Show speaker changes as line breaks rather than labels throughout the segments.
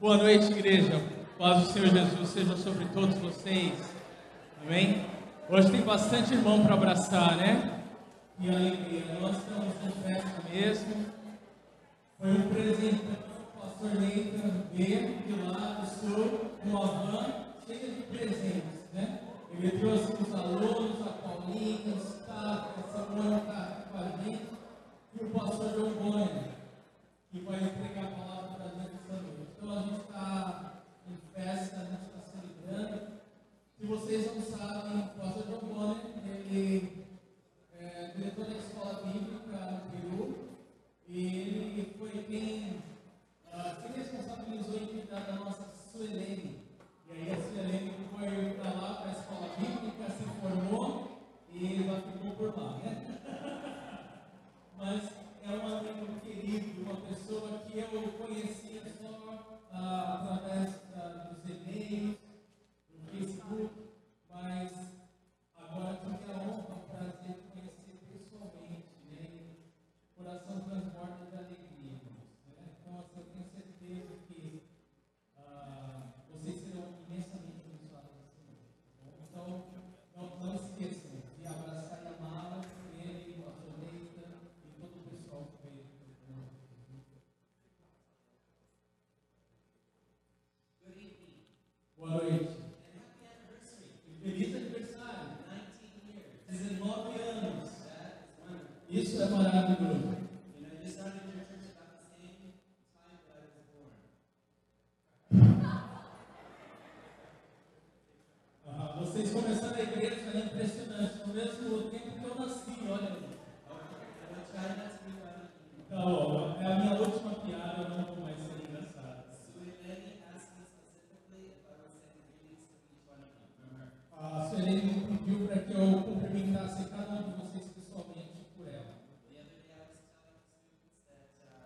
Boa noite, igreja. Paz do Senhor Jesus seja sobre todos vocês. Amém? Hoje tem bastante irmão para abraçar, né? E alegria. Nós estamos de festa mesmo. Foi um presente do pastor Neita B, que lá do sul, uma van cheia de presentes, né? Ele trouxe os alunos, a Paulinha, os Tato, a Samuel tá aqui com a gente, e o pastor Giovanni, que vai entregar a palavra para a gente essa noite. Então a gente está em festa, a gente está celebrando. Se vocês não sabem, o pastor Giovanni, ele é diretor da escola bíblica no Peru, e ele foi quem ah, se responsabilizou em cuidar da nossa Suelene. E aí a Suelene foi para lá, para a escola bíblica, se formou e ela ficou por lá. né? Mas é um amigo querido, uma pessoa que eu conhecia só ah, através da- dos e-mails, do Facebook, mas agora tive a honra, o prazer de conhecer pessoalmente, né? E o coração transborda de alegria, né? Então, assim, eu tenho certeza que ah, vocês serão imensamente abençoados nessa noite, tá bom? Então, não, não esqueçam de abraçar e amá-la, ele, a sua leita e todo o pessoal que veio. Boa noite. E Feliz aniversário. 19 anos. Isso é maravilhoso. Ah, Vocês começaram a igreja é impressionante, no mesmo tempo que eu nasci, olha. Tá bom, é a minha última piada, eu não vou mais ser engraçado. A Sueli me pediu para que eu cumprimentasse cada um de vocês pessoalmente por ela.
uh,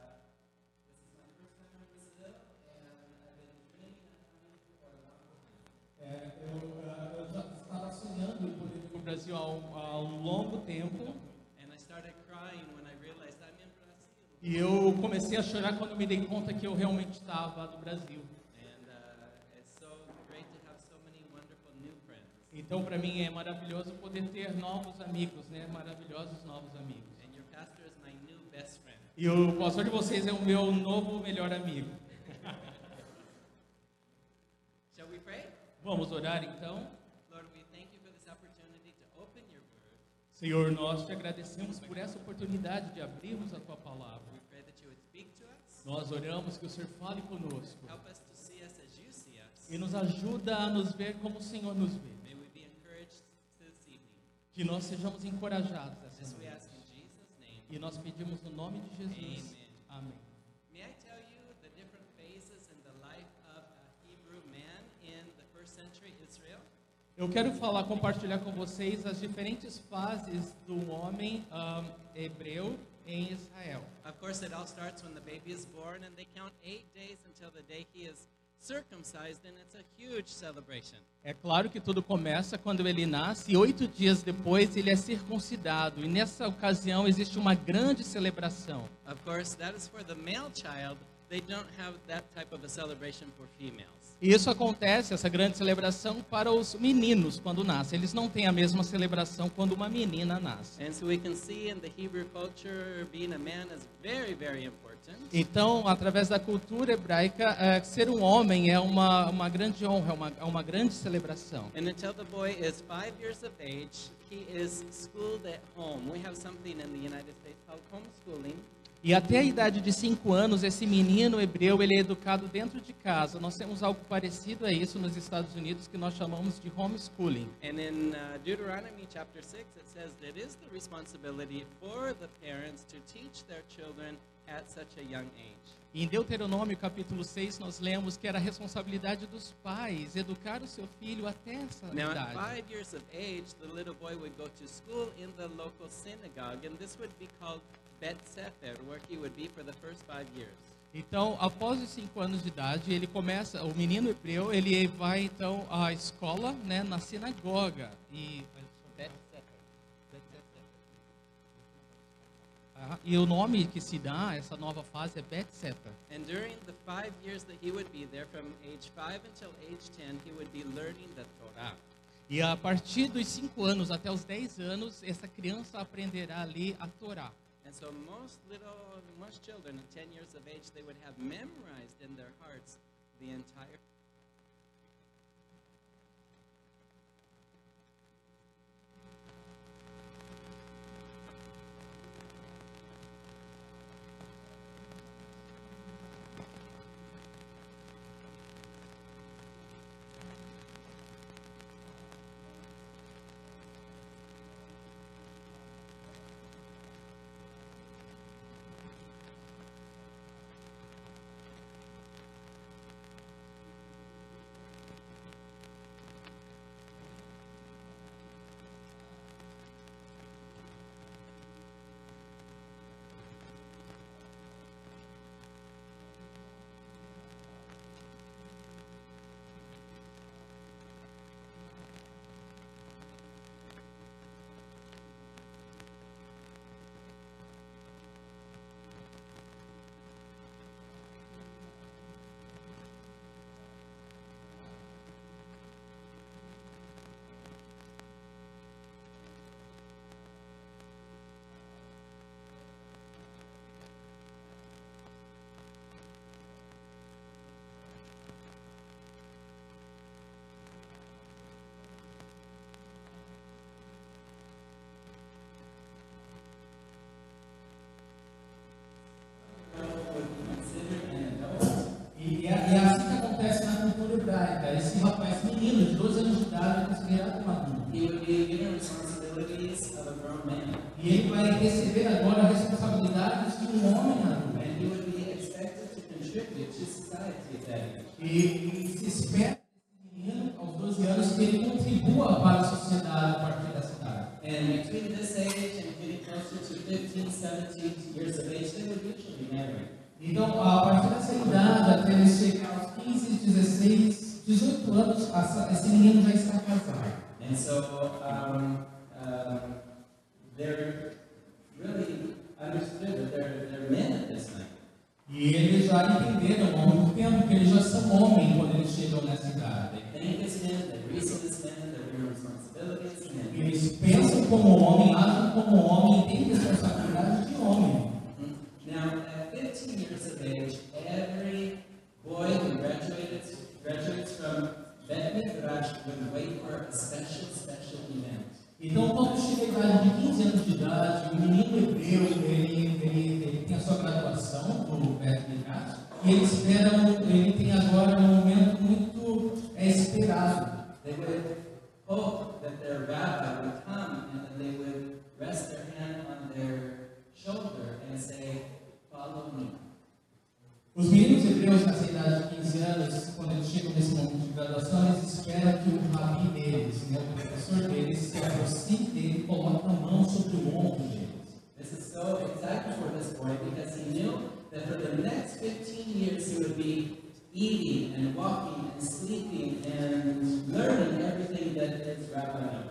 É, eu, ah, eu já estava sonhando em poder vir ao Brasil há um, há um longo tempo
And I started crying when I realized I'm in Brazil.
e eu comecei a chorar quando me dei conta que eu realmente estava no Brasil.
And uh, it's so great to have so many wonderful new friends.
Então, para mim, é maravilhoso poder ter novos amigos, né? Maravilhosos novos amigos.
And your pastor is my new best friend.
E o pastor de vocês é o meu novo melhor amigo.
Shall we pray?
Vamos orar então?
Lord, we thank you for this opportunity to open your word.
Senhor, nós te agradecemos por essa oportunidade de abrirmos a tua palavra.
We pray that you would speak to us.
Nós oramos que o Senhor fale conosco
Help us to see us as you see us.
e nos ajuda a nos ver como o Senhor nos vê.
May we be encouraged this evening.
Que nós sejamos encorajados
This
essa
we
noite.
ask in Jesus' name.
E nós pedimos no nome de Jesus. Amém.
May I tell you the different phases in the life of a Hebrew man in the first century Israel?
Eu quero falar, compartilhar com vocês as diferentes fases do homem ahm, hebreu em Israel.
Of course, it all starts when the baby is born, and they count eight days until the day he is circumcised, and it's a huge celebration.
É claro que tudo começa quando ele nasce e oito dias depois ele é circuncidado. E nessa ocasião existe uma grande celebração.
Of course, that is for the male child. They don't have that type of a celebration for females.
E isso acontece, essa grande celebração, para os meninos quando nascem. Eles não têm a mesma celebração quando uma menina nasce.
And so we can see in the Hebrew culture, being a man is very, very important.
Então, através da cultura hebraica, eh, ser um homem é uma, uma grande honra, é uma, é uma grande celebração.
And until the boy is five years of age, he is schooled at home. We have something in the United States called homeschooling.
E até a idade de cinco anos, esse menino hebreu ele é educado dentro de casa. Nós temos algo parecido a isso nos Estados Unidos, que nós chamamos de homeschooling.
And in uh, Deuteronomy chapter 6, it says that it is the responsibility for the parents to teach their children at such a young age.
Em Deuteronômio capítulo 6, nós lemos que era a responsabilidade dos pais educar o seu filho até essa
Now, at
idade.
five years of age, the little boy would go to school in the local synagogue, and this would be called Bet Sefer, where he would be for the first five years.
Então, após os cinco anos de idade, ele começa, o menino hebreu, ele vai então à escola, né, na sinagoga. E
Bet Sefer.
a tá? E o nome que se dá a essa nova fase é Betseta.
And during the five years that he would be there, from age five until age 10, he would be learning the Torah.
E a partir dos 5 anos até os 10 anos, essa criança aprenderá a ler a Torá.
And so most little, most children at 10 years of age, they would have memorized in their hearts the entire.
E é, é assim que acontece na cultura hebraica. Esse rapaz, esse menino de 12 anos de idade, é considerado um adulto.
He would be given responsibilities of a grown man,
E ele vai receber agora responsabilidades de um homem adulto.
and he would be expected to contribute to society at that age.
E, e se espera desse menino, aos 12 anos, que ele contribua para a sociedade a partir dessa idade.
And between this age and getting closer to 15, 17 years of age, they would usually marry.
Então, a partir dessa idade, até ele chegar aos 15, 16, 18 anos, essa- esse menino já está casado.
And so um, um, they're really understood that they're, they're men at this time.
E eles já entenderam há muito tempo que eles já são homens quando eles chegam nessa idade.
Think as men, they reason as men, they're given responsibilities, and
Eles pensam como homem, agem como homem, têm responsabilidade de homem.
Now, at 15 years of age, every boy who graduates, graduates from Bet Midrash would wait for a special, special event.
Então, quando chega a idade de 15 anos de idade, o menino hebreu, ele, ele, ele tem a sua graduação do Beto Midrash, e ele espera, um- ele tem agora um momento muito é, esperado.
They would hope that their rabbi would come and that they would rest their hand on their shoulder and say, Follow me.
Os meninos hebreus nessa idade de 15 anos, quando eles chegam nesse momento de graduação, eles esperam que o rabi deles, né, o professor deles, se aproxime dele e coloque a mão sobre o ombro deles.
This is so exciting for this boy because he knew that for the next 15 years he would be eating and walking and sleeping and learning everything that his rabbi knows.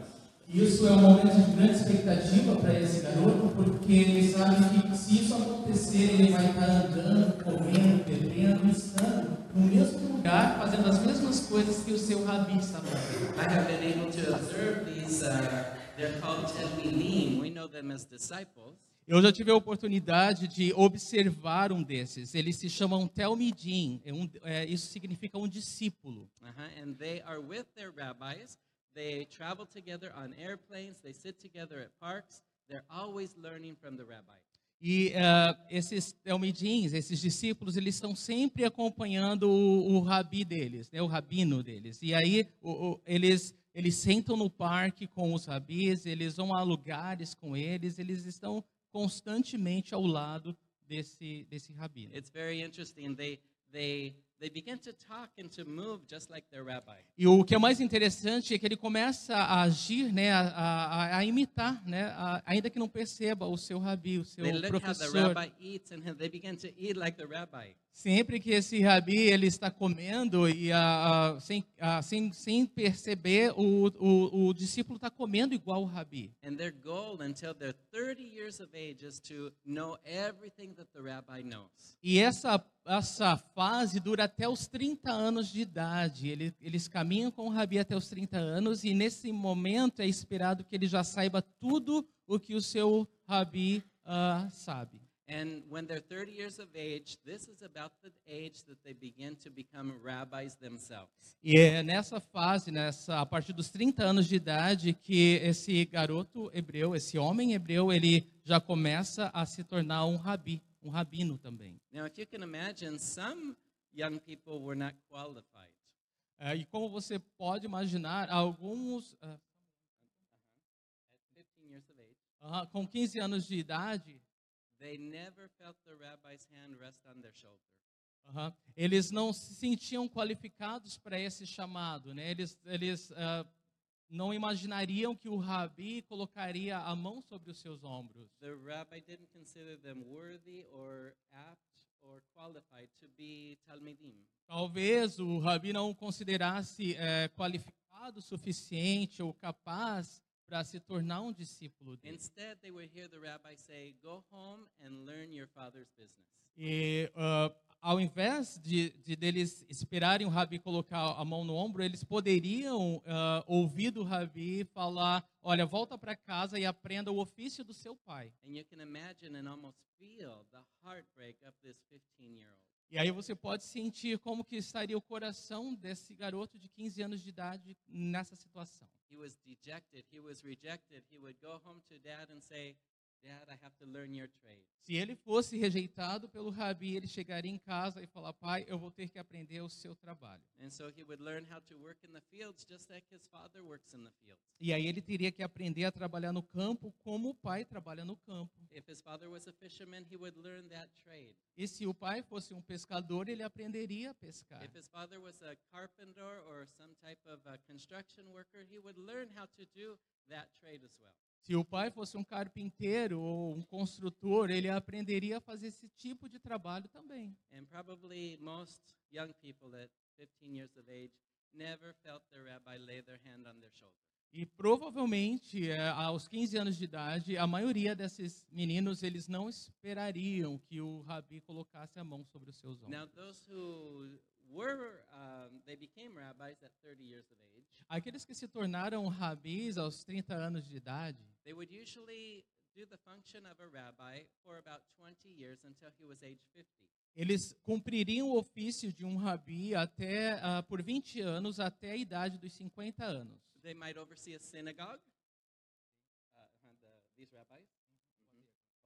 Isso é um momento de grande expectativa para esse garoto, porque ele sabe que se isso acontecer, ele vai estar andando, comendo, bebendo, estando no mesmo lugar, fazendo as mesmas coisas que o seu rabi está fazendo.
I have been able to observe these, uh, they're called Talmidim. We know them as disciples.
Eu já tive a oportunidade de observar um desses. Eles se chamam Telmidim. É um- é, isso significa um discípulo.
Uh-huh. And they are with their rabbis. They travel together on airplanes. They sit together at parks. They're always learning from the rabbi.
E ah, esses Telmidins, esses discípulos, eles estão sempre acompanhando o, o rabi deles, né, o rabino deles. E aí o- o- eles, eles sentam no parque com os rabis, eles vão a lugares com eles, eles estão constantemente ao lado desse, desse rabino.
It's very interesting. They they they begin to talk and to move just like their rabbi.
E o que é mais interessante é que ele começa a agir, né, a, a- a imitar, né, a- ainda que não perceba o seu rabi, o seu
They look how the
professor.
rabbi eats and they begin to eat like the rabbi.
Sempre que esse rabi ele está comendo e ah, ah, sem, ah, sem, sem perceber o, o, o discípulo está comendo igual o rabi.
And their goal until they're 30 years of age is to know everything that the rabbi knows.
E essa essa fase dura até os 30 anos de idade. Ele, eles caminham com o rabi até os 30 anos e nesse momento é esperado que ele já saiba tudo o que o seu rabi ah, sabe.
And when they're 30 years of age, this is about the age that they begin to become rabbis themselves.
E é nessa fase, nessa a partir dos 30 anos de idade, que esse garoto hebreu, esse homem hebreu, ele já começa a se tornar um rabi, um rabino também.
Now, if you can imagine, some young people were not qualified.
É, e como você pode imaginar, alguns ah,
At 15 years of age,
ah, com 15 anos de idade,
they never felt the rabbi's hand rest on their shoulder.
aham, eles não se sentiam qualificados para esse chamado, né? Eles, eles ah, não imaginariam que o rabi colocaria a mão sobre os seus ombros.
The rabbi didn't consider them worthy or apt or qualified to be Talmidim.
Talvez o Rabi não o considerasse eh, qualificado o suficiente ou capaz para se tornar um discípulo dele.
Instead, they would hear the rabbi say, Go home and learn your father's business.
E ah, ao invés de, de deles esperarem o Rabi colocar a mão no ombro, eles poderiam ah, ouvir do Rabi falar: olha, volta para casa e aprenda o ofício do seu pai.
And you can imagine and almost feel the heartbreak of this 15 year old.
E aí você pode sentir como que estaria o coração desse garoto de 15 anos de idade nessa situação.
He was dejected. He was rejected. He would go home to dad and say, Dad, I have to learn your trade.
Se ele fosse rejeitado pelo rabi, ele chegaria em casa e falar: "Pai, eu vou ter que aprender o seu trabalho".
And so he would learn how to work in the fields just like his father works in the fields.
E aí ele teria que aprender a trabalhar no campo como o pai trabalha no campo.
If his father was a fisherman, he would learn that trade.
E se o pai fosse um pescador, ele aprenderia a pescar.
If his father was a carpenter or some type of a construction worker, he would learn how to do that trade as well.
Se o pai fosse um carpinteiro ou um construtor, ele aprenderia a fazer esse tipo de trabalho também.
And probably most young people at 15 years of age never felt their rabbi lay their hand on their shoulder.
E provavelmente, eh, aos 15 anos de idade, a maioria desses meninos, eles não esperariam que o rabi colocasse a mão sobre os seus ombros.
Now, those who were, um, they became rabbis at 30 years of age,
Aqueles que se tornaram rabis aos 30 anos de idade,
they would usually do the function of a rabbi for about 20 years until he was age 50.
eles cumpririam o ofício de um rabi até ah, por 20 anos, até a idade dos 50 anos.
They might oversee a synagogue. Uh, and the, these rabbis,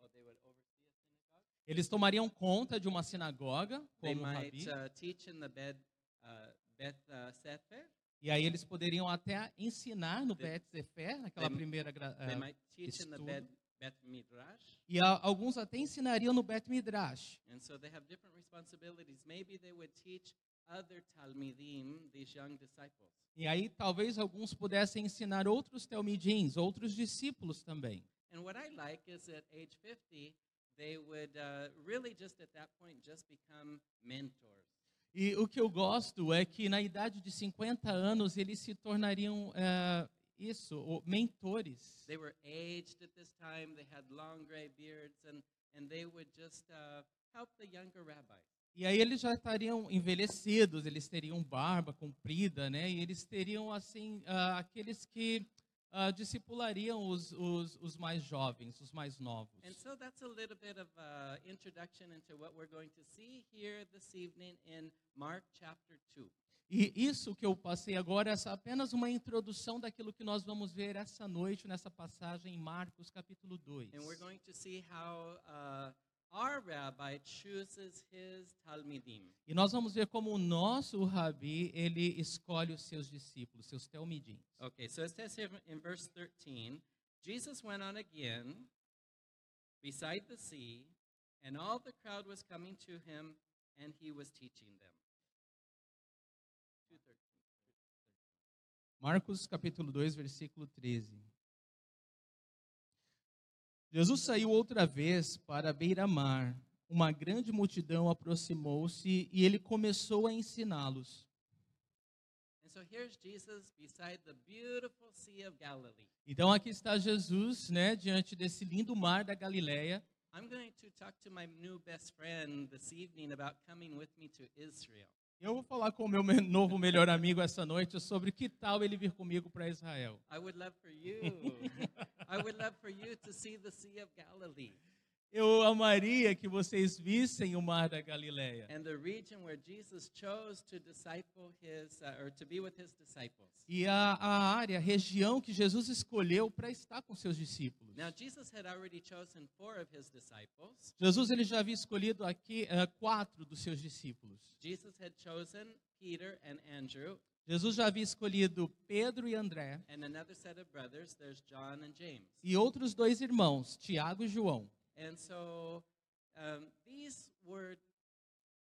oh, they would oversee a synagogue.
Eles tomariam conta de uma sinagoga
They
como
might
rabi,
uh, teach in the bed, uh, Beth uh, Sefer.
e aí eles poderiam até ensinar no
They-
Bet Sefer, naquela
they-
primeira gra-
They
ah,
might teach in the
estudo.
bed, Beth Midrash.
e a- alguns até ensinariam no Bet Midrash.
And so they have different responsibilities. Maybe they would teach other Talmidim, these young disciples.
E aí talvez alguns pudessem ensinar outros telmidins, outros discípulos também.
And what I like is at age 50, they would uh, really just at that point just become mentors.
E o que eu gosto é que na idade de 50 anos eles se tornariam eh, isso, o- mentores.
They were aged at this time, they had long gray beards, and, and they would just uh, help the younger rabbi.
E aí eles já estariam envelhecidos, eles teriam barba comprida, né? E eles teriam assim ah, aqueles que ah, discipulariam os, os, os mais jovens, os mais novos.
And so that's a little bit of uh, introduction into what we're going to see here this evening in Mark chapter 2.
E isso que eu passei agora é só apenas uma introdução daquilo que nós vamos ver essa noite nessa passagem em Marcos capítulo 2.
And we're going to see how uh, our rabbi chooses his Talmidim.
E nós vamos ver como o nosso rabi, ele escolhe os seus discípulos, seus telmidins.
Okay, so it says here in verse 13 Jesus went on again beside the sea, and all the crowd was coming to him, and he was teaching them. 2:13.
Marcos capítulo 2, versículo 13. Jesus saiu outra vez para a beira-mar. Uma grande multidão aproximou-se e ele começou a ensiná-los.
And so here's Jesus beside the beautiful Sea of Galilee.
Então aqui está Jesus, né, diante desse lindo mar da Galileia.
I'm going to talk to my new best friend this evening about coming with me to Israel.
Eu vou falar com o meu me- novo melhor amigo essa noite sobre que tal ele vir comigo para Israel.
I would love for you. I would love for you to see the Sea of Galilee
Eu amaria que vocês vissem o mar da Galileia
and the region where Jesus chose to disciple his uh, or to be with his disciples.
e a, a área, a região que Jesus escolheu para estar com seus discípulos.
Now Jesus had already chosen four of his disciples.
Jesus ele já havia escolhido aqui eh, quatro dos seus discípulos.
Jesus had chosen Peter and Andrew
Jesus já havia escolhido Pedro e André
and another set of brothers. There's John and James.
e outros dois irmãos, Tiago e João.
And so um, these were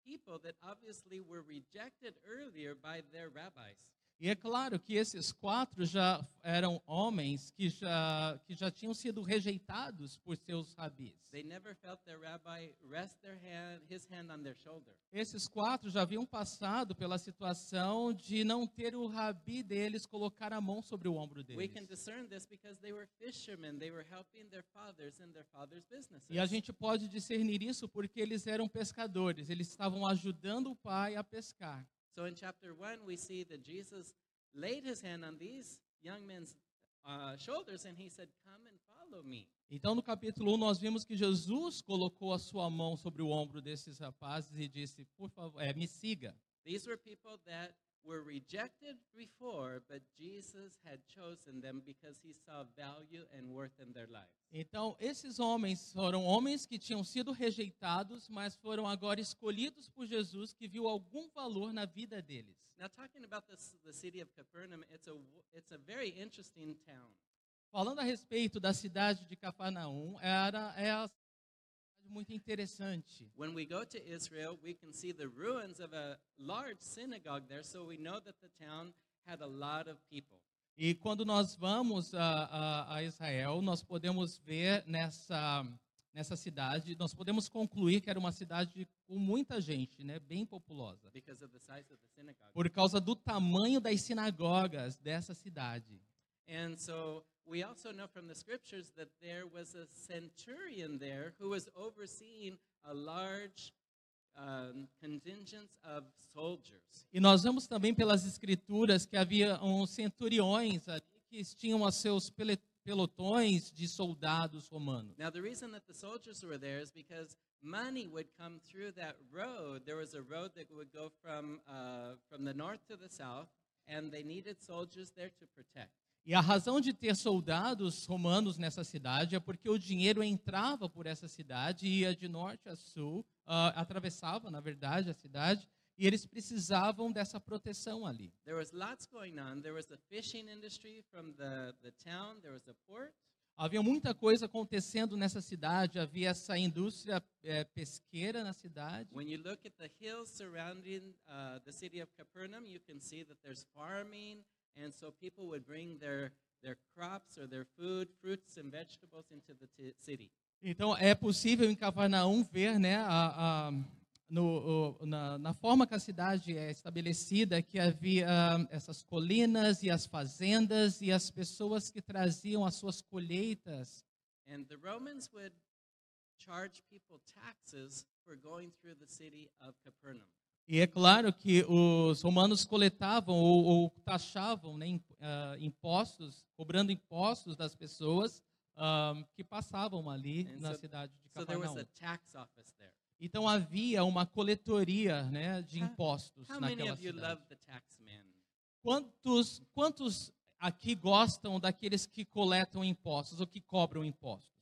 people that obviously were rejected earlier by their rabbis.
E é claro que esses quatro já eram homens que já, que já tinham sido rejeitados por seus rabis.
They never felt their rabbi rest their hand, his hand on their shoulder.
Esses quatro já haviam passado pela situação de não ter o rabi deles colocar a mão sobre o ombro
We can
deles.
discern this because they were fishermen. They were helping their fathers in their fathers' businesses.
E a gente pode discernir isso porque eles eram pescadores, eles estavam ajudando o pai a pescar.
So in chapter 1, we see that Jesus laid his hand on these young men's uh, shoulders and he said, Come and follow me.
Então, no capítulo 1, nós vimos que Jesus colocou a sua mão sobre o ombro desses rapazes e disse: Por favor, é, me siga.
These were people that were rejected before, but Jesus had chosen them because he saw value and worth in their lives.
Então, esses homens foram homens que tinham sido rejeitados, mas foram agora escolhidos por Jesus, que viu algum valor na vida deles.
Now, talking about this, the city of Capernaum, it's a, w- it's a very interesting town.
Falando a respeito da cidade de Cafarnaum, era é uma cidade muito interessante.
When we go to Israel, we can see the ruins of a large synagogue there, so we know that the town had a lot of people.
E quando nós vamos a, a, a Israel, nós podemos ver nessa nessa cidade, nós podemos concluir que era uma cidade com muita gente, né, bem populosa,
because of the size of the synagogue.
por causa do tamanho das sinagogas dessa cidade.
And so we also know from the scriptures that there was a centurion there who was overseeing a large um, contingent of soldiers.
E nós vemos também pelas escrituras que havia uns centuriões ali que tinham os seus pele- pelotões de soldados romanos.
Now, the reason that the soldiers were there is because money would come through that road. There was a road that would go from, uh, from the north to the south, and they needed soldiers there to protect.
E a razão de ter soldados romanos nessa cidade é porque o dinheiro entrava por essa cidade e ia de norte a sul, ah, atravessava, na verdade, a cidade, e eles precisavam dessa proteção ali.
There was lots going on. There was a fishing industry from the, the town, there was a port.
Havia muita coisa acontecendo nessa cidade, havia essa indústria eh, pesqueira na cidade.
When you look at the hills surrounding uh, the city of Capernaum, you can see that there's farming, and so people would bring their, their crops or their food, fruits and vegetables into the t- city.
Então, é possível em Cafarnaum ver, né, a, a, no, o- na, na forma que a cidade é estabelecida, que havia ah, essas colinas e as fazendas e as pessoas que traziam as suas colheitas.
And the Romans would charge people taxes for going through the city of Capernaum.
E é claro que os romanos coletavam ou, ou taxavam né, imp- ah, impostos, cobrando impostos das pessoas ah, que passavam ali
And
na
so-
cidade de
So there was a
Cafarnaum.
tax office there.
Então havia uma coletoria né, de
How-
impostos
How many
naquela
of you
cidade.
love the tax man?
Quantos, quantos aqui gostam daqueles que coletam impostos ou que cobram impostos?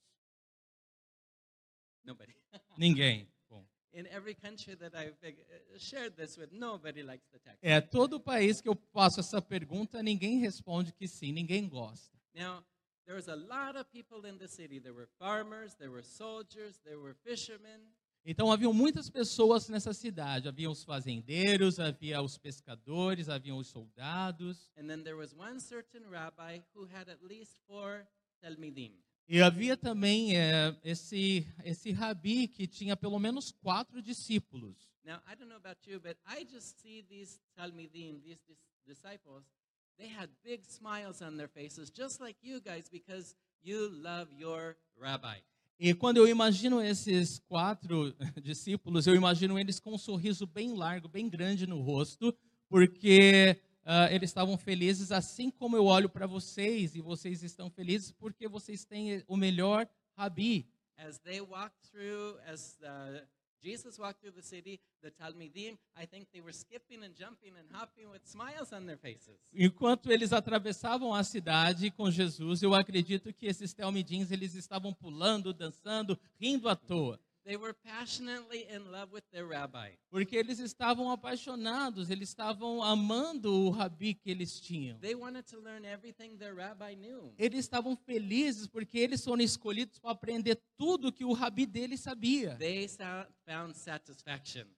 Nobody.
Ninguém. Bom,
In every country that I've uh, shared this with, nobody likes the tax.
é todo país que eu faço essa pergunta, ninguém responde que sim, ninguém gosta.
Now, there was a lot of people in the city. There were farmers, there were soldiers, there were fishermen.
Então haviam muitas pessoas nessa cidade. Haviam os fazendeiros, havia os pescadores, haviam os soldados.
And then there was one certain rabbi who had at least four Talmidim.
E havia também eh, esse, esse rabi que tinha pelo menos quatro discípulos.
Now, I don't know about you, but I just see these Talmidim, these dis- disciples, they had big smiles on their faces, just like you guys, because you love your rabbi.
E quando eu imagino esses quatro discípulos, eu imagino eles com um sorriso bem largo, bem grande no rosto, porque ah, eles estavam felizes, assim como eu olho para vocês e vocês estão felizes porque vocês têm o melhor rabi.
As they walked through, as uh, Jesus walked through the city, the Talmidim, I think they were skipping and jumping and hopping with smiles on their faces.
Enquanto eles atravessavam a cidade com Jesus, eu acredito que esses telmidins eles estavam pulando, dançando, rindo à toa,
They were passionately in love with their rabbi.
porque eles estavam apaixonados, eles estavam amando o rabi que eles tinham.
They wanted to learn everything their rabbi knew.
eles estavam felizes porque eles foram escolhidos para aprender tudo que o rabi deles sabia.
They sa- found satisfaction.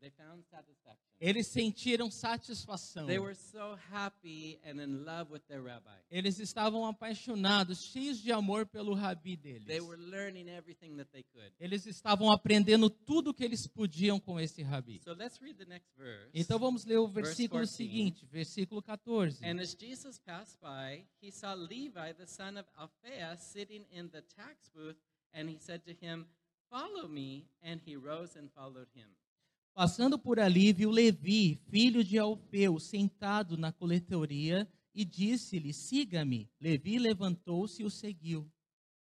They found satisfaction.
Eles sentiram satisfação.
They were so happy and in love with their rabbi.
Eles estavam apaixonados, cheios de amor pelo rabi
They
deles.
were learning everything that they could.
Eles estavam aprendendo tudo que eles podiam com esse rabi.
So let's read the next verse.
Então vamos ler o
Verse
versículo
14.
seguinte, versículo 14.
And as Jesus passed by, he saw Levi, the son of Alphaeus, sitting in the tax booth, and he said to him, Follow me. And he rose and followed him.
Passando por ali, viu Levi, filho de Alfeu, sentado na coletoria e disse-lhe: Siga-me. Levi levantou-se e o seguiu.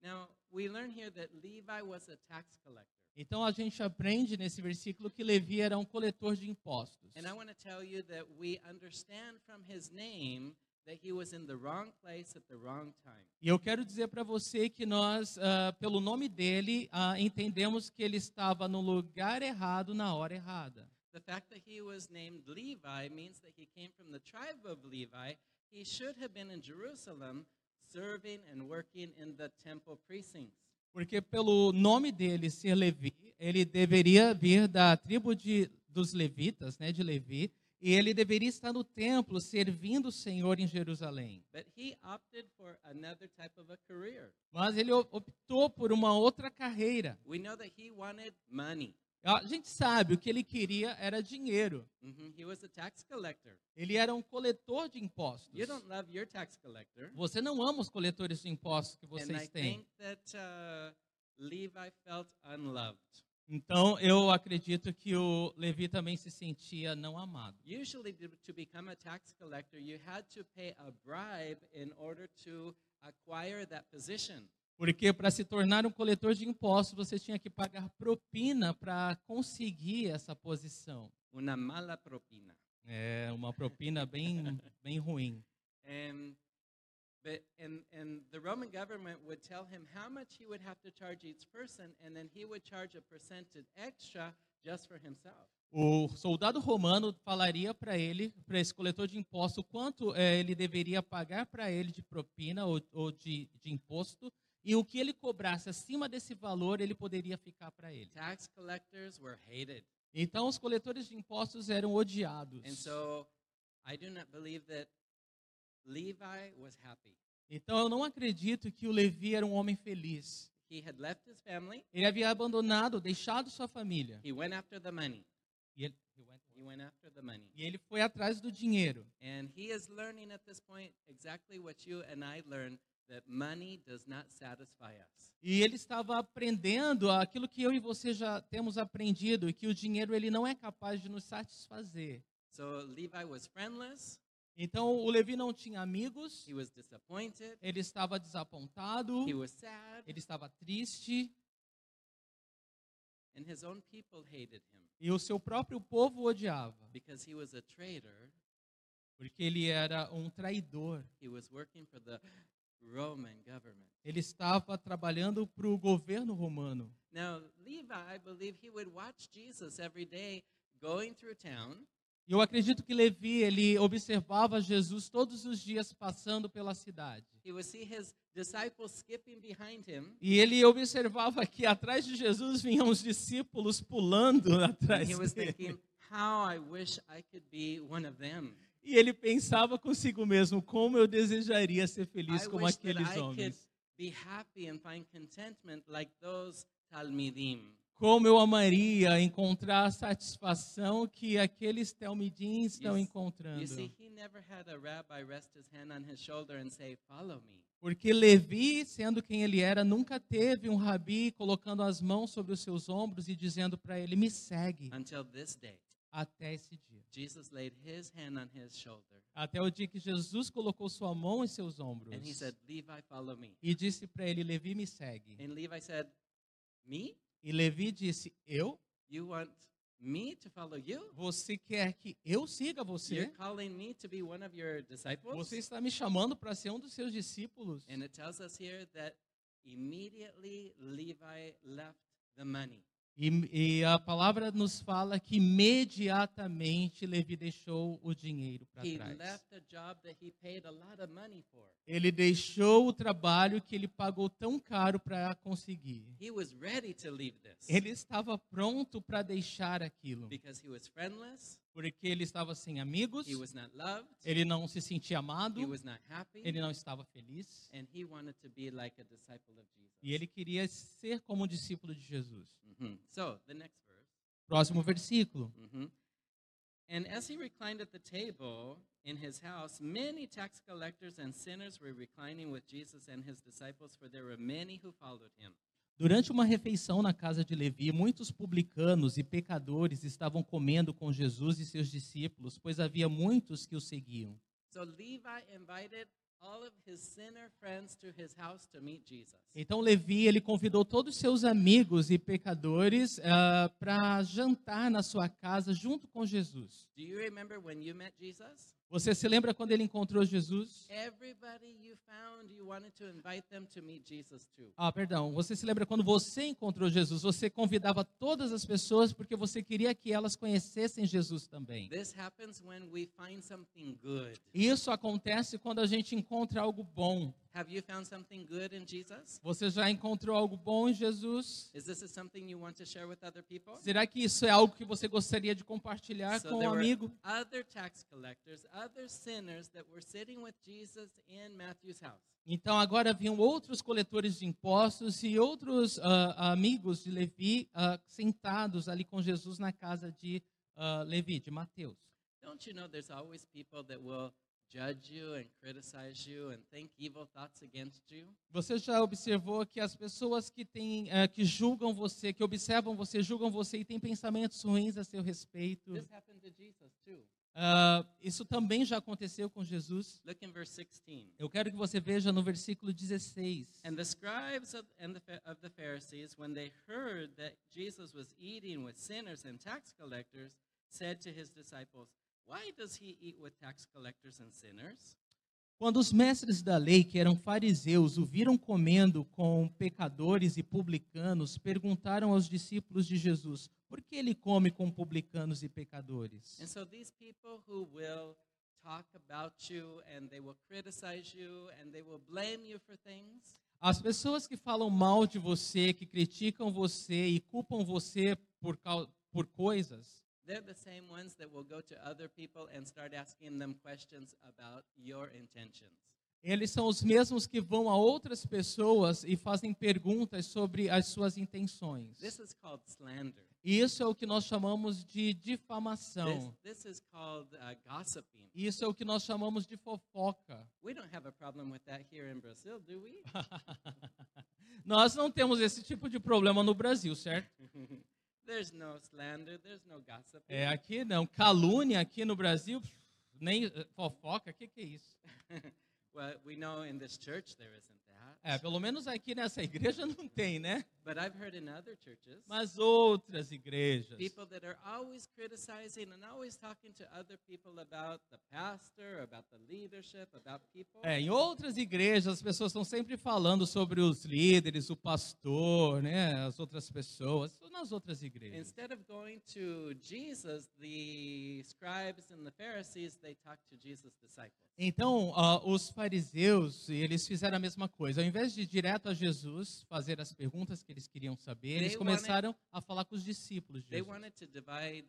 Now, we learn here that Levi was a tax collector.
Então a gente aprende nesse versículo que Levi era um coletor de impostos.
And I want to tell you that we understand from his name that he was in the wrong place at the wrong time.
E eu quero dizer para você que nós, ah, pelo nome dele, ah, entendemos que ele estava no lugar errado na hora errada.
The fact that he was named Levi means that he came from the tribe of Levi. He should have been in Jerusalem serving and working in the temple precincts.
Porque pelo nome dele ser Levi, ele deveria vir da tribo de, dos levitas, né, de Levi, e ele deveria estar no templo servindo o Senhor em Jerusalém.
But he opted for another type of a career.
Mas ele o- optou por uma outra carreira. Ah,
We know that he wanted money.
A gente sabe o que ele queria era dinheiro.
Mhm, He was a tax collector.
Ele era um coletor de impostos.
You don't love your tax collector.
Você não ama os coletores de impostos que
And I
vocês têm.
think that uh, Levi felt unloved.
Então, eu acredito que o Levi também se sentia não amado.
Usually, to, to become a tax collector, you had to pay a bribe in order to acquire that position.
Porque para se tornar um coletor de impostos, você tinha que pagar propina para conseguir essa posição.
Una mala propina.
É uma propina bem, bem ruim.
And, but, and, and the Roman government would tell him how much he would have to charge each person, and then he would charge a percentage extra just for himself.
O soldado romano falaria para ele, para esse coletor de impostos, quanto eh, ele deveria pagar para ele de propina ou, ou de, de imposto, e o que ele cobrasse acima desse valor, ele poderia ficar para ele.
Tax collectors were hated.
Então, os coletores de impostos eram odiados.
And so I do not believe that Levi was happy.
Então, eu não acredito que o Levi era um homem feliz.
He had left his family,
Ele havia abandonado, deixado sua família.
he went after the money.
E ele,
He went after the money.
e ele foi atrás do dinheiro.
And he is learning at this point exactly what you and I learned that money does not satisfy us.
E ele estava aprendendo aquilo que eu e você já temos aprendido, que o dinheiro ele não é capaz de nos satisfazer.
So Levi was friendless,
Então o Levi não tinha amigos,
he was disappointed,
ele estava desapontado,
he was sad,
ele estava triste
and his own people hated him
e o seu próprio povo o odiava,
because he was a traitor.
porque ele era um traidor.
He was working for the Roman government.
Ele estava trabalhando para o governo romano.
Now, Levi, I believe he would watch Jesus every day going through town,
E eu acredito que Levi, ele observava Jesus todos os dias passando pela cidade.
He would see his disciples skipping behind him.
E ele observava que atrás de Jesus vinham os discípulos pulando
And
atrás
he was
dele.
thinking, how I wish I could be one of them.
E ele pensava consigo mesmo, como eu desejaria ser feliz
I
como
wish that
aqueles
I could
homens.
be happy and find contentment like those Talmidim.
Como eu amaria encontrar a satisfação que aqueles Telmidim estão
You s-
encontrando.
You see, he never had a rabbi rest his hand on his shoulder and say, Follow me.
Porque Levi, sendo quem ele era, nunca teve um rabi colocando as mãos sobre os seus ombros e dizendo para ele: me segue
Until this day,
até esse dia.
Jesus laid his hand on his shoulder
Até o dia que Jesus colocou sua mão em seus ombros
and he said, Levi, follow me.
e disse para ele: Levi, me segue.
And Levi said, Me?
E Levi disse: Eu?
You want me to follow you?
Você quer que eu siga
You're
você?
calling me to be one of your disciples?
Você está me chamando para ser um dos seus discípulos?
And it tells us here that immediately Levi left the money.
E, e a palavra nos fala que imediatamente Levi deixou o dinheiro para
He
trás.
left a job that he paid a lot of money for.
Ele deixou o trabalho que ele pagou tão caro para conseguir.
He was ready to leave this
Ele estava pronto para deixar aquilo,
because he was friendless,
porque ele estava sem amigos,
he was not loved,
ele não se sentia
he
amado,
was not happy,
ele não estava feliz,
and he wanted to be like a disciple of
e ele
Jesus.
queria ser como um discípulo de Jesus.
Mhm. So, the next verse.
Próximo versículo.
Mhm. And as he reclined at the table in his house, many tax collectors and sinners were reclining with Jesus and his disciples, for there were many who followed him.
Durante uma refeição na casa de Levi, muitos publicanos e pecadores estavam comendo com Jesus e seus discípulos, pois havia muitos que o seguiam.
So Levi invited all of his sinner friends to his house to meet Jesus.
Então Levi ele convidou todos os seus amigos e pecadores para jantar na sua casa junto com Jesus.
Do you remember when you met Jesus?
Você se lembra quando ele encontrou Jesus?
Everybody you found, you wanted to invite them to meet Jesus too.
Ah, perdão. Você se lembra quando você encontrou Jesus? Você convidava todas as pessoas porque você queria que elas conhecessem Jesus também.
This happens when we find something good.
Isso acontece quando a gente encontra algo bom.
Have you found something good in Jesus?
Você já encontrou algo bom em Jesus?
Is this is something you want to share with other people?
Será que isso é algo que você gostaria de compartilhar
So
com
there
um
were
amigo?
other tax collectors, other sinners that were sitting with Jesus in Matthew's house.
Então agora vinham outros coletores de impostos e outros ah, amigos de Levi ah, sentados ali com Jesus na casa de ah, Levi, de Mateus.
Don't you know there's always people that will judge you and criticize you and think evil thoughts against you?
Você já observou que as pessoas que têm, eh, que julgam você, que observam você, julgam você e têm pensamentos ruins a seu respeito?
This happened to Jesus too.
Ah, isso também já aconteceu com Jesus.
Look in verse 16.
Eu quero que você veja no versículo 16.
And the scribes of, and the, Pha- of the Pharisees, when they heard that Jesus was eating with sinners and tax collectors, said to his disciples, Why does he eat with tax collectors and sinners?
Quando os mestres da lei, que eram fariseus, o viram comendo com pecadores e publicanos, perguntaram aos discípulos de Jesus: por que ele come com publicanos e pecadores?
And so these people who will talk about you and they will criticize you and they will blame you for things,
As pessoas que falam mal de você, que criticam você e culpam você por, cau- por coisas,
They're the same ones that will go to other people and start asking them questions about your intentions.
eles são os mesmos que vão a outras pessoas e fazem perguntas sobre as suas intenções.
This is called slander.
E Isso é o que nós chamamos de
This,
difamação.
this is called uh, gossiping.
Isso é o que nós chamamos de fofoca.
We don't have a problem with that here in Brazil, do we?
Nós não temos esse tipo de problema no Brasil, certo?
there's no slander, there's no gossiping.
É, aqui não. Calúnia aqui no Brasil, pff, nem eh, fofoca, o que, que é isso?
well, we know in this church there isn't that.
É,
much.
pelo menos aqui nessa igreja não tem, né?
But I've heard in other churches,
Mas outras igrejas.
people that are always criticizing and always talking to other people about the pastor, about the leadership, about people.
É, em outras igrejas as pessoas estão sempre falando sobre os líderes, o pastor, né, as outras pessoas, Isso nas outras igrejas.
Instead of going to Jesus, the scribes and the Pharisees, they talk to Jesus' disciples.
Então, ah, os fariseus, eles fizeram a mesma coisa. Ao invés de ir direto a Jesus fazer as perguntas que eles queriam saber, eles
They wanted-
começaram a falar com os discípulos de
They
Jesus.
wanted to divide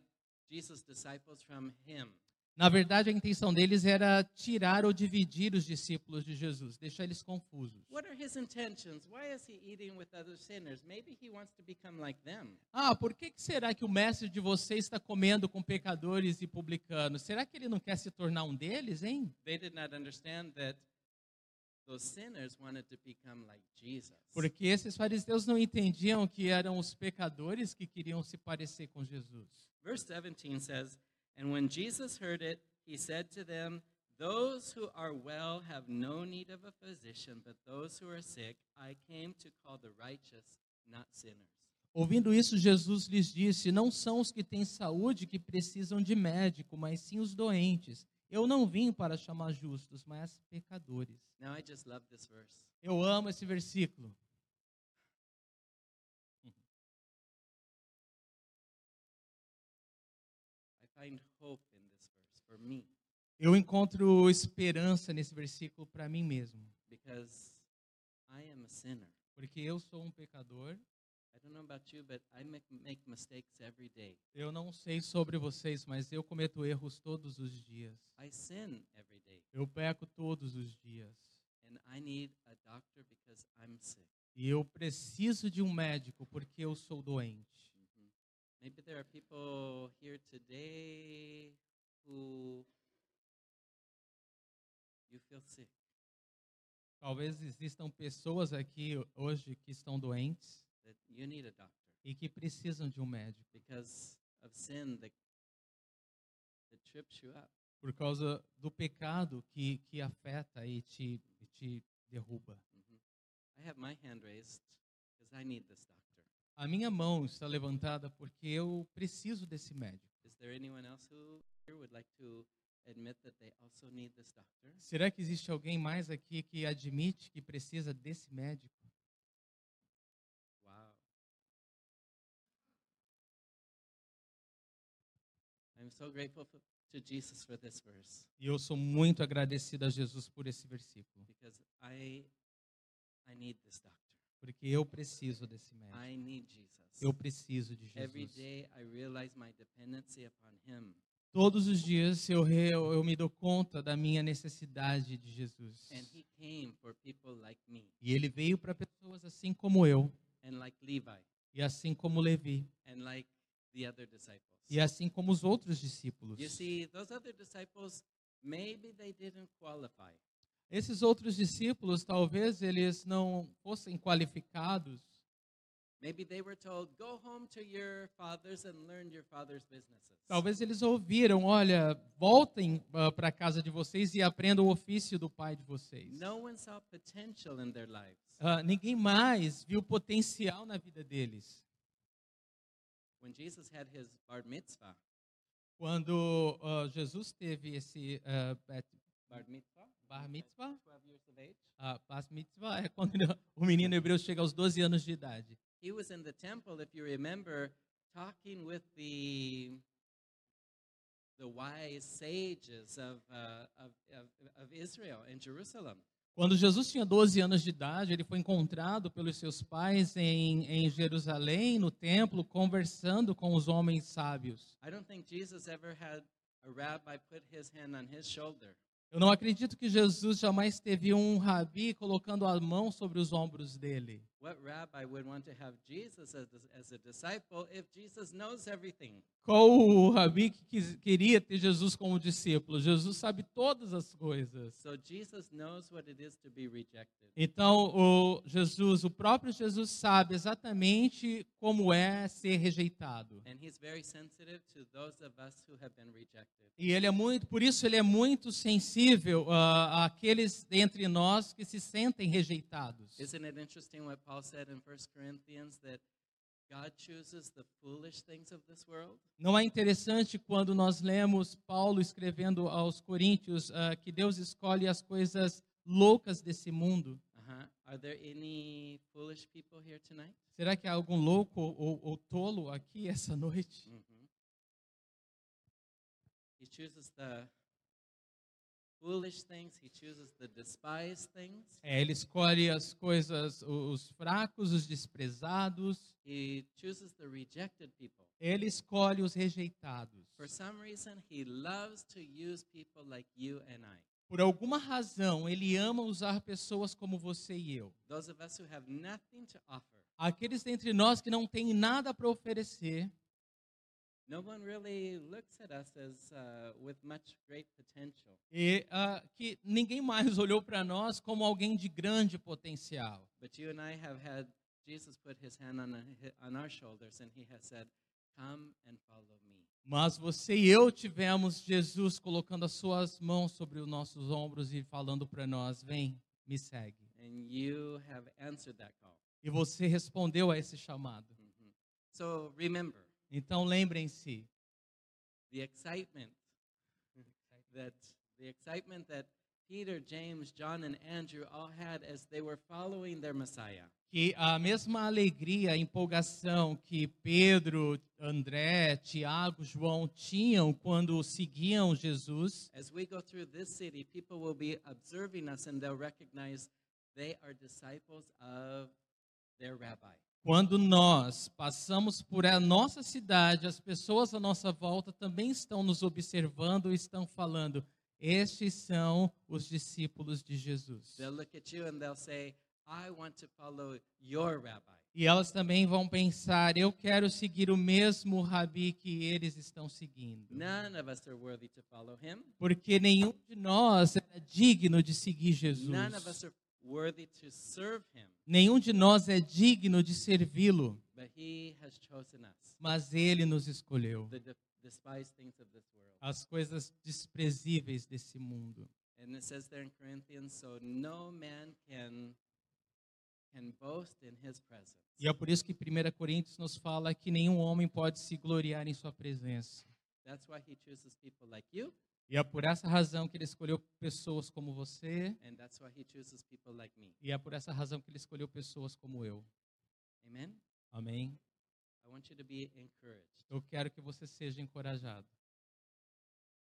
Jesus' disciples from him.
Na verdade, a intenção deles era tirar ou dividir os discípulos de Jesus, deixar eles confusos.
What are his intentions? Why is he eating with other sinners? Maybe he wants to become like them.
Ah, por que, que será que o mestre de vocês está comendo com pecadores e publicanos? Será que ele não quer se tornar um deles, hein?
They did not understand that those sinners wanted to become like Jesus.
Porque esses fariseus não entendiam que eram os pecadores que queriam se parecer com Jesus.
Verse 17 says, And when Jesus heard it, he said to them, Those who are well have no need of a physician, but those who are sick, I came to call the righteous, not sinners.
Ouvindo isso, Jesus lhes disse: Não são os que têm saúde que precisam de médico, mas sim os doentes. Eu não vim para chamar justos, mas pecadores.
Now I just love this verse.
Eu amo esse versículo.
I find hope in this verse for me
Eu encontro esperança nesse versículo para mim mesmo,
because I am a sinner.
porque eu sou um pecador.
I don't know about you, but I make, make mistakes every day.
Eu não sei sobre vocês, mas eu cometo erros todos os dias.
I sin every day,
Eu peco todos os dias.
and I need a doctor because I'm sick.
E eu preciso de um médico porque eu sou doente.
Mhm. Maybe there are people here today who you feel sick.
Talvez existam pessoas aqui hoje que estão doentes
That you need a doctor
e que precisam de um médico
because of sin that that trips you up.
por causa do pecado que, que afeta e te, e te derruba.
Mhm. I have my hand raised because I need this doctor.
A minha mão está levantada porque eu preciso desse médico.
Is there anyone else who here would like to admit that they also need this doctor?
Será que existe alguém mais aqui que admite que precisa desse médico?
Wow. I'm so grateful for, to Jesus for this verse.
E eu sou muito agradecido a Jesus por esse versículo,
because I I need this doctor.
porque eu preciso desse médico.
I need Jesus.
Eu preciso de
Every
Jesus.
day I realize my dependency upon him
Todos os dias eu, re- eu, eu me dou conta da minha necessidade de Jesus.
and he came for people like me
E ele veio para pessoas assim como eu,
and like Levi
e assim como Levi,
and like the other disciples.
e assim como os outros discípulos.
You see those other disciples maybe they didn't qualify.
Esses outros discípulos, talvez eles não fossem qualificados,
Maybe they were told go home to your fathers and learn your father's businesses.
talvez eles ouviram: olha, voltem para a casa de vocês e aprendam o ofício do pai de vocês.
No one saw potential in their lives.
Ah, ninguém mais viu potencial na vida deles.
When Jesus had his bar mitzvah,
Quando ah, Jesus teve esse ah, bat-
bar mitzvah,
Bar mitzvah?
12 years of age.
ah, bat mitzvah, é quando ele- o menino hebreu chega aos 12 anos de idade.
He was in the temple, if you remember, talking with the the wise sages of, uh, of, of, of Israel and Jerusalem.
Quando Jesus tinha 12 anos de idade, ele foi encontrado pelos seus pais em, em Jerusalém, no templo, conversando com os homens sábios.
I don't think Jesus ever had a rabbi put his hand on his shoulder.
Eu não acredito que Jesus jamais teve um rabi colocando a mão sobre os ombros dele.
What rabbi would want to have Jesus as, as a disciple if Jesus knows everything?
Qual o rabi que quis- queria ter Jesus como discípulo? Jesus sabe todas as coisas.
So Jesus knows what it is to be rejected.
Então, o Jesus, o próprio Jesus sabe exatamente como é ser rejeitado.
And he's very sensitive to those of us who have been rejected.
E ele é muito, por isso ele é muito sensível ah, àqueles entre nós que se sentem rejeitados.
Isn't it interesting what Paul said in 1 Corinthians that God chooses the foolish things of this world?
Não é interessante quando nós lemos Paulo escrevendo aos Coríntios ah, que Deus escolhe as coisas loucas desse mundo?
Uh-huh. Are there any foolish people here tonight?
Será que há algum louco ou, ou tolo aqui essa noite?
Mm-hmm. He chooses the foolish things, he chooses the despised things,
É, ele escolhe as coisas, o- os fracos, os desprezados.
he chooses the rejected people.
Ele escolhe os rejeitados.
For some reason, he loves to use people like you and I.
Por alguma razão, ele ama usar pessoas como você e eu.
Those of us who have nothing to offer.
Aqueles dentre nós que não têm nada para oferecer,
No one really looks at us as uh, with much great potential.
e ah, que ninguém mais olhou para nós como alguém de grande potencial.
But you and I have had Jesus put his hand on, a, on our shoulders and he has said, Come and follow me.
Mas você e eu tivemos Jesus colocando as suas mãos sobre os nossos ombros e falando para nós: vem, me segue.
And you have answered that call.
E você respondeu a esse chamado.
Mhm. So remember
Então lembrem-se,
the excitement that the excitement that Peter, James, John, and Andrew all had as they were following their Messiah.
que a mesma alegria, a empolgação que Pedro, André, Tiago, João tinham quando seguiam Jesus,
As we go through this city, people will be observing us and they'll recognize they are disciples of their rabbi.
quando nós passamos por a nossa cidade, as pessoas à nossa volta também estão nos observando e estão falando: estes são os discípulos de Jesus.
They'll look at you and they'll say, I want to follow your rabbi.
E elas também vão pensar: eu quero seguir o mesmo rabi que eles estão seguindo.
None of us are worthy to follow him.
Porque nenhum de nós era digno de seguir Jesus.
None of us are worthy to serve him,
Nenhum de nós é digno de servi-lo,
but he has chosen us.
mas ele nos escolheu.
The de- despised things of this world.
As coisas desprezíveis desse mundo.
And it says there in Corinthians, so no man can can boast in his presence.
E é por isso que 1 Coríntios nos fala que nenhum homem pode se gloriar em sua presença.
That's why he chooses people like you,
E é por essa razão que ele escolheu pessoas como você,
and that's why he chooses people like me.
e é por essa razão que ele escolheu pessoas como eu.
Amen.
Amém?
I want you to be encouraged.
Eu quero que você seja encorajado.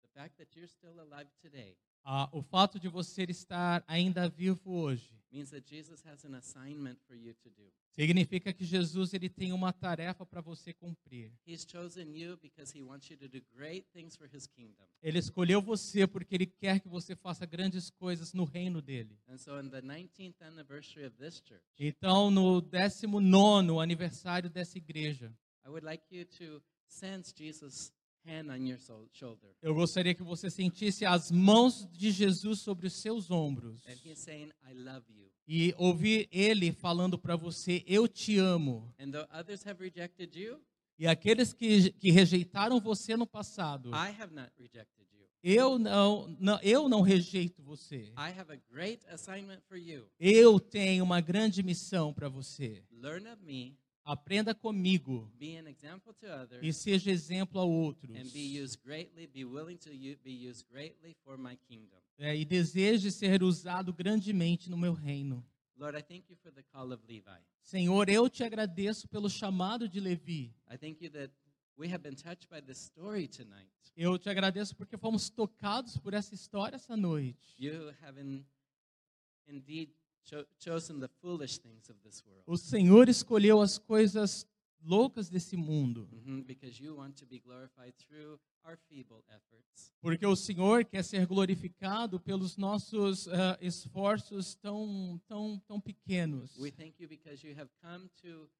The fact that you're still alive today
Ah, o fato de você estar ainda vivo hoje
means that Jesus has an assignment for you to do.
Significa que Jesus ele tem uma tarefa para você cumprir.
He's chosen you because he wants you to do great things for his kingdom.
Ele escolheu você porque ele quer que você faça grandes coisas no reino dele.
And so, in the 19th anniversary of this church,
Então, no 19 aniversário dessa igreja,
I would like you to sense Jesus' hand on your soul, shoulder.
eu gostaria que você sentisse as mãos de Jesus sobre os seus ombros
And he's saying, I love you.
e ouvir ele falando para você: Eu te amo.
And though others have rejected you,
E aqueles que, que rejeitaram você no passado,
I have not rejected you.
eu não, não, eu não rejeito você.
I have a great assignment for you.
Eu tenho uma grande missão para você.
Learn of me,
Aprenda comigo
be an example to
e
others,
seja exemplo a outros.
and be used greatly, be willing to u- be used greatly for my kingdom.
É, e deseje ser usado grandemente no meu reino.
Lord, I thank you for the call of Levi.
Senhor, eu te agradeço pelo chamado de Levi.
I thank you that we have been touched by this story tonight.
Eu te agradeço porque fomos tocados por essa história essa noite.
You have in, indeed cho- chosen the foolish things of this world.
O Senhor escolheu as coisas loucas desse mundo,
hmm because you want to be glorified through our feeble efforts.
porque o Senhor quer ser glorificado pelos nossos ah, esforços tão, tão, tão pequenos.
We thank you because you have come to,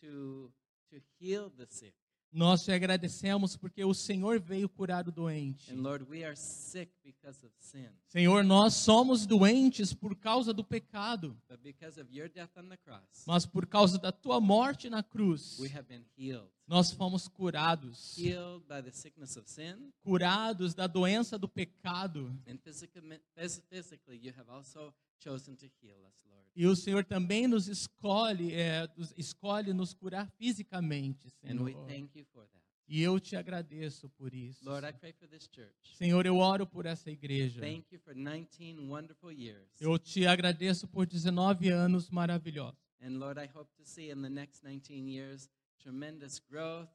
to, to heal the sick.
Nós te agradecemos porque o Senhor veio curar o doente.
And Lord, we are sick because of sin.
Senhor, nós somos doentes por causa do pecado,
But because of your death on the cross,
mas por causa da tua morte na cruz,
we have been healed.
nós fomos curados.
Healed by the sickness of sin,
Curados da doença do pecado.
and physically, phys- physically you have also chosen to heal us, Lord.
E o Senhor também nos escolhe, é, nos escolhe nos curar fisicamente,
And we
Senhor.
thank you for that.
E eu te agradeço por isso.
Lord, I pray for this church.
Senhor, eu oro por essa igreja.
Thank you for 19 wonderful years.
Eu te agradeço por 19 anos maravilhosos.
And Lord, I hope to see in the next 19 years tremendous growth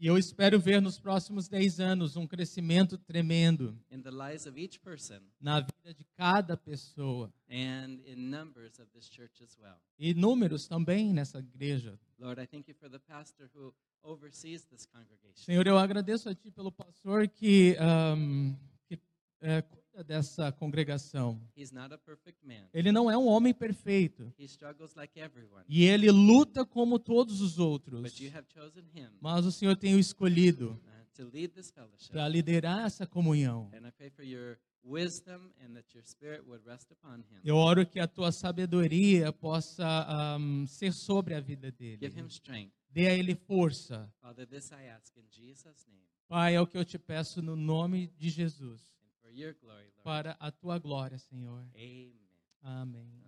E eu espero ver nos próximos 10 anos um crescimento tremendo
in the lives of each person
na vida de cada pessoa.
and in numbers of this church as well.
E números também nessa igreja.
Lord, I thank you for the pastor who oversees this congregation.
Senhor, eu agradeço a Ti pelo pastor que, ahm, que eh, cuida dessa congregação.
He's not a perfect man.
Ele não é um homem perfeito.
He struggles like everyone.
E ele luta como todos os
But
outros.
you have chosen him
Mas o Senhor tem o escolhido
uh, to lead this fellowship.
para liderar essa comunhão.
And I pray for your wisdom and that your spirit would rest upon him.
Eu oro que a tua sabedoria possa ahm, ser sobre a vida
Give him
dele.
strength.
Dê a ele força.
Father, this I ask in Jesus' name
Pai, é o que eu te peço no nome de Jesus,
and for your glory, Lord.
para a tua glória, Senhor.
Amen.
Amém.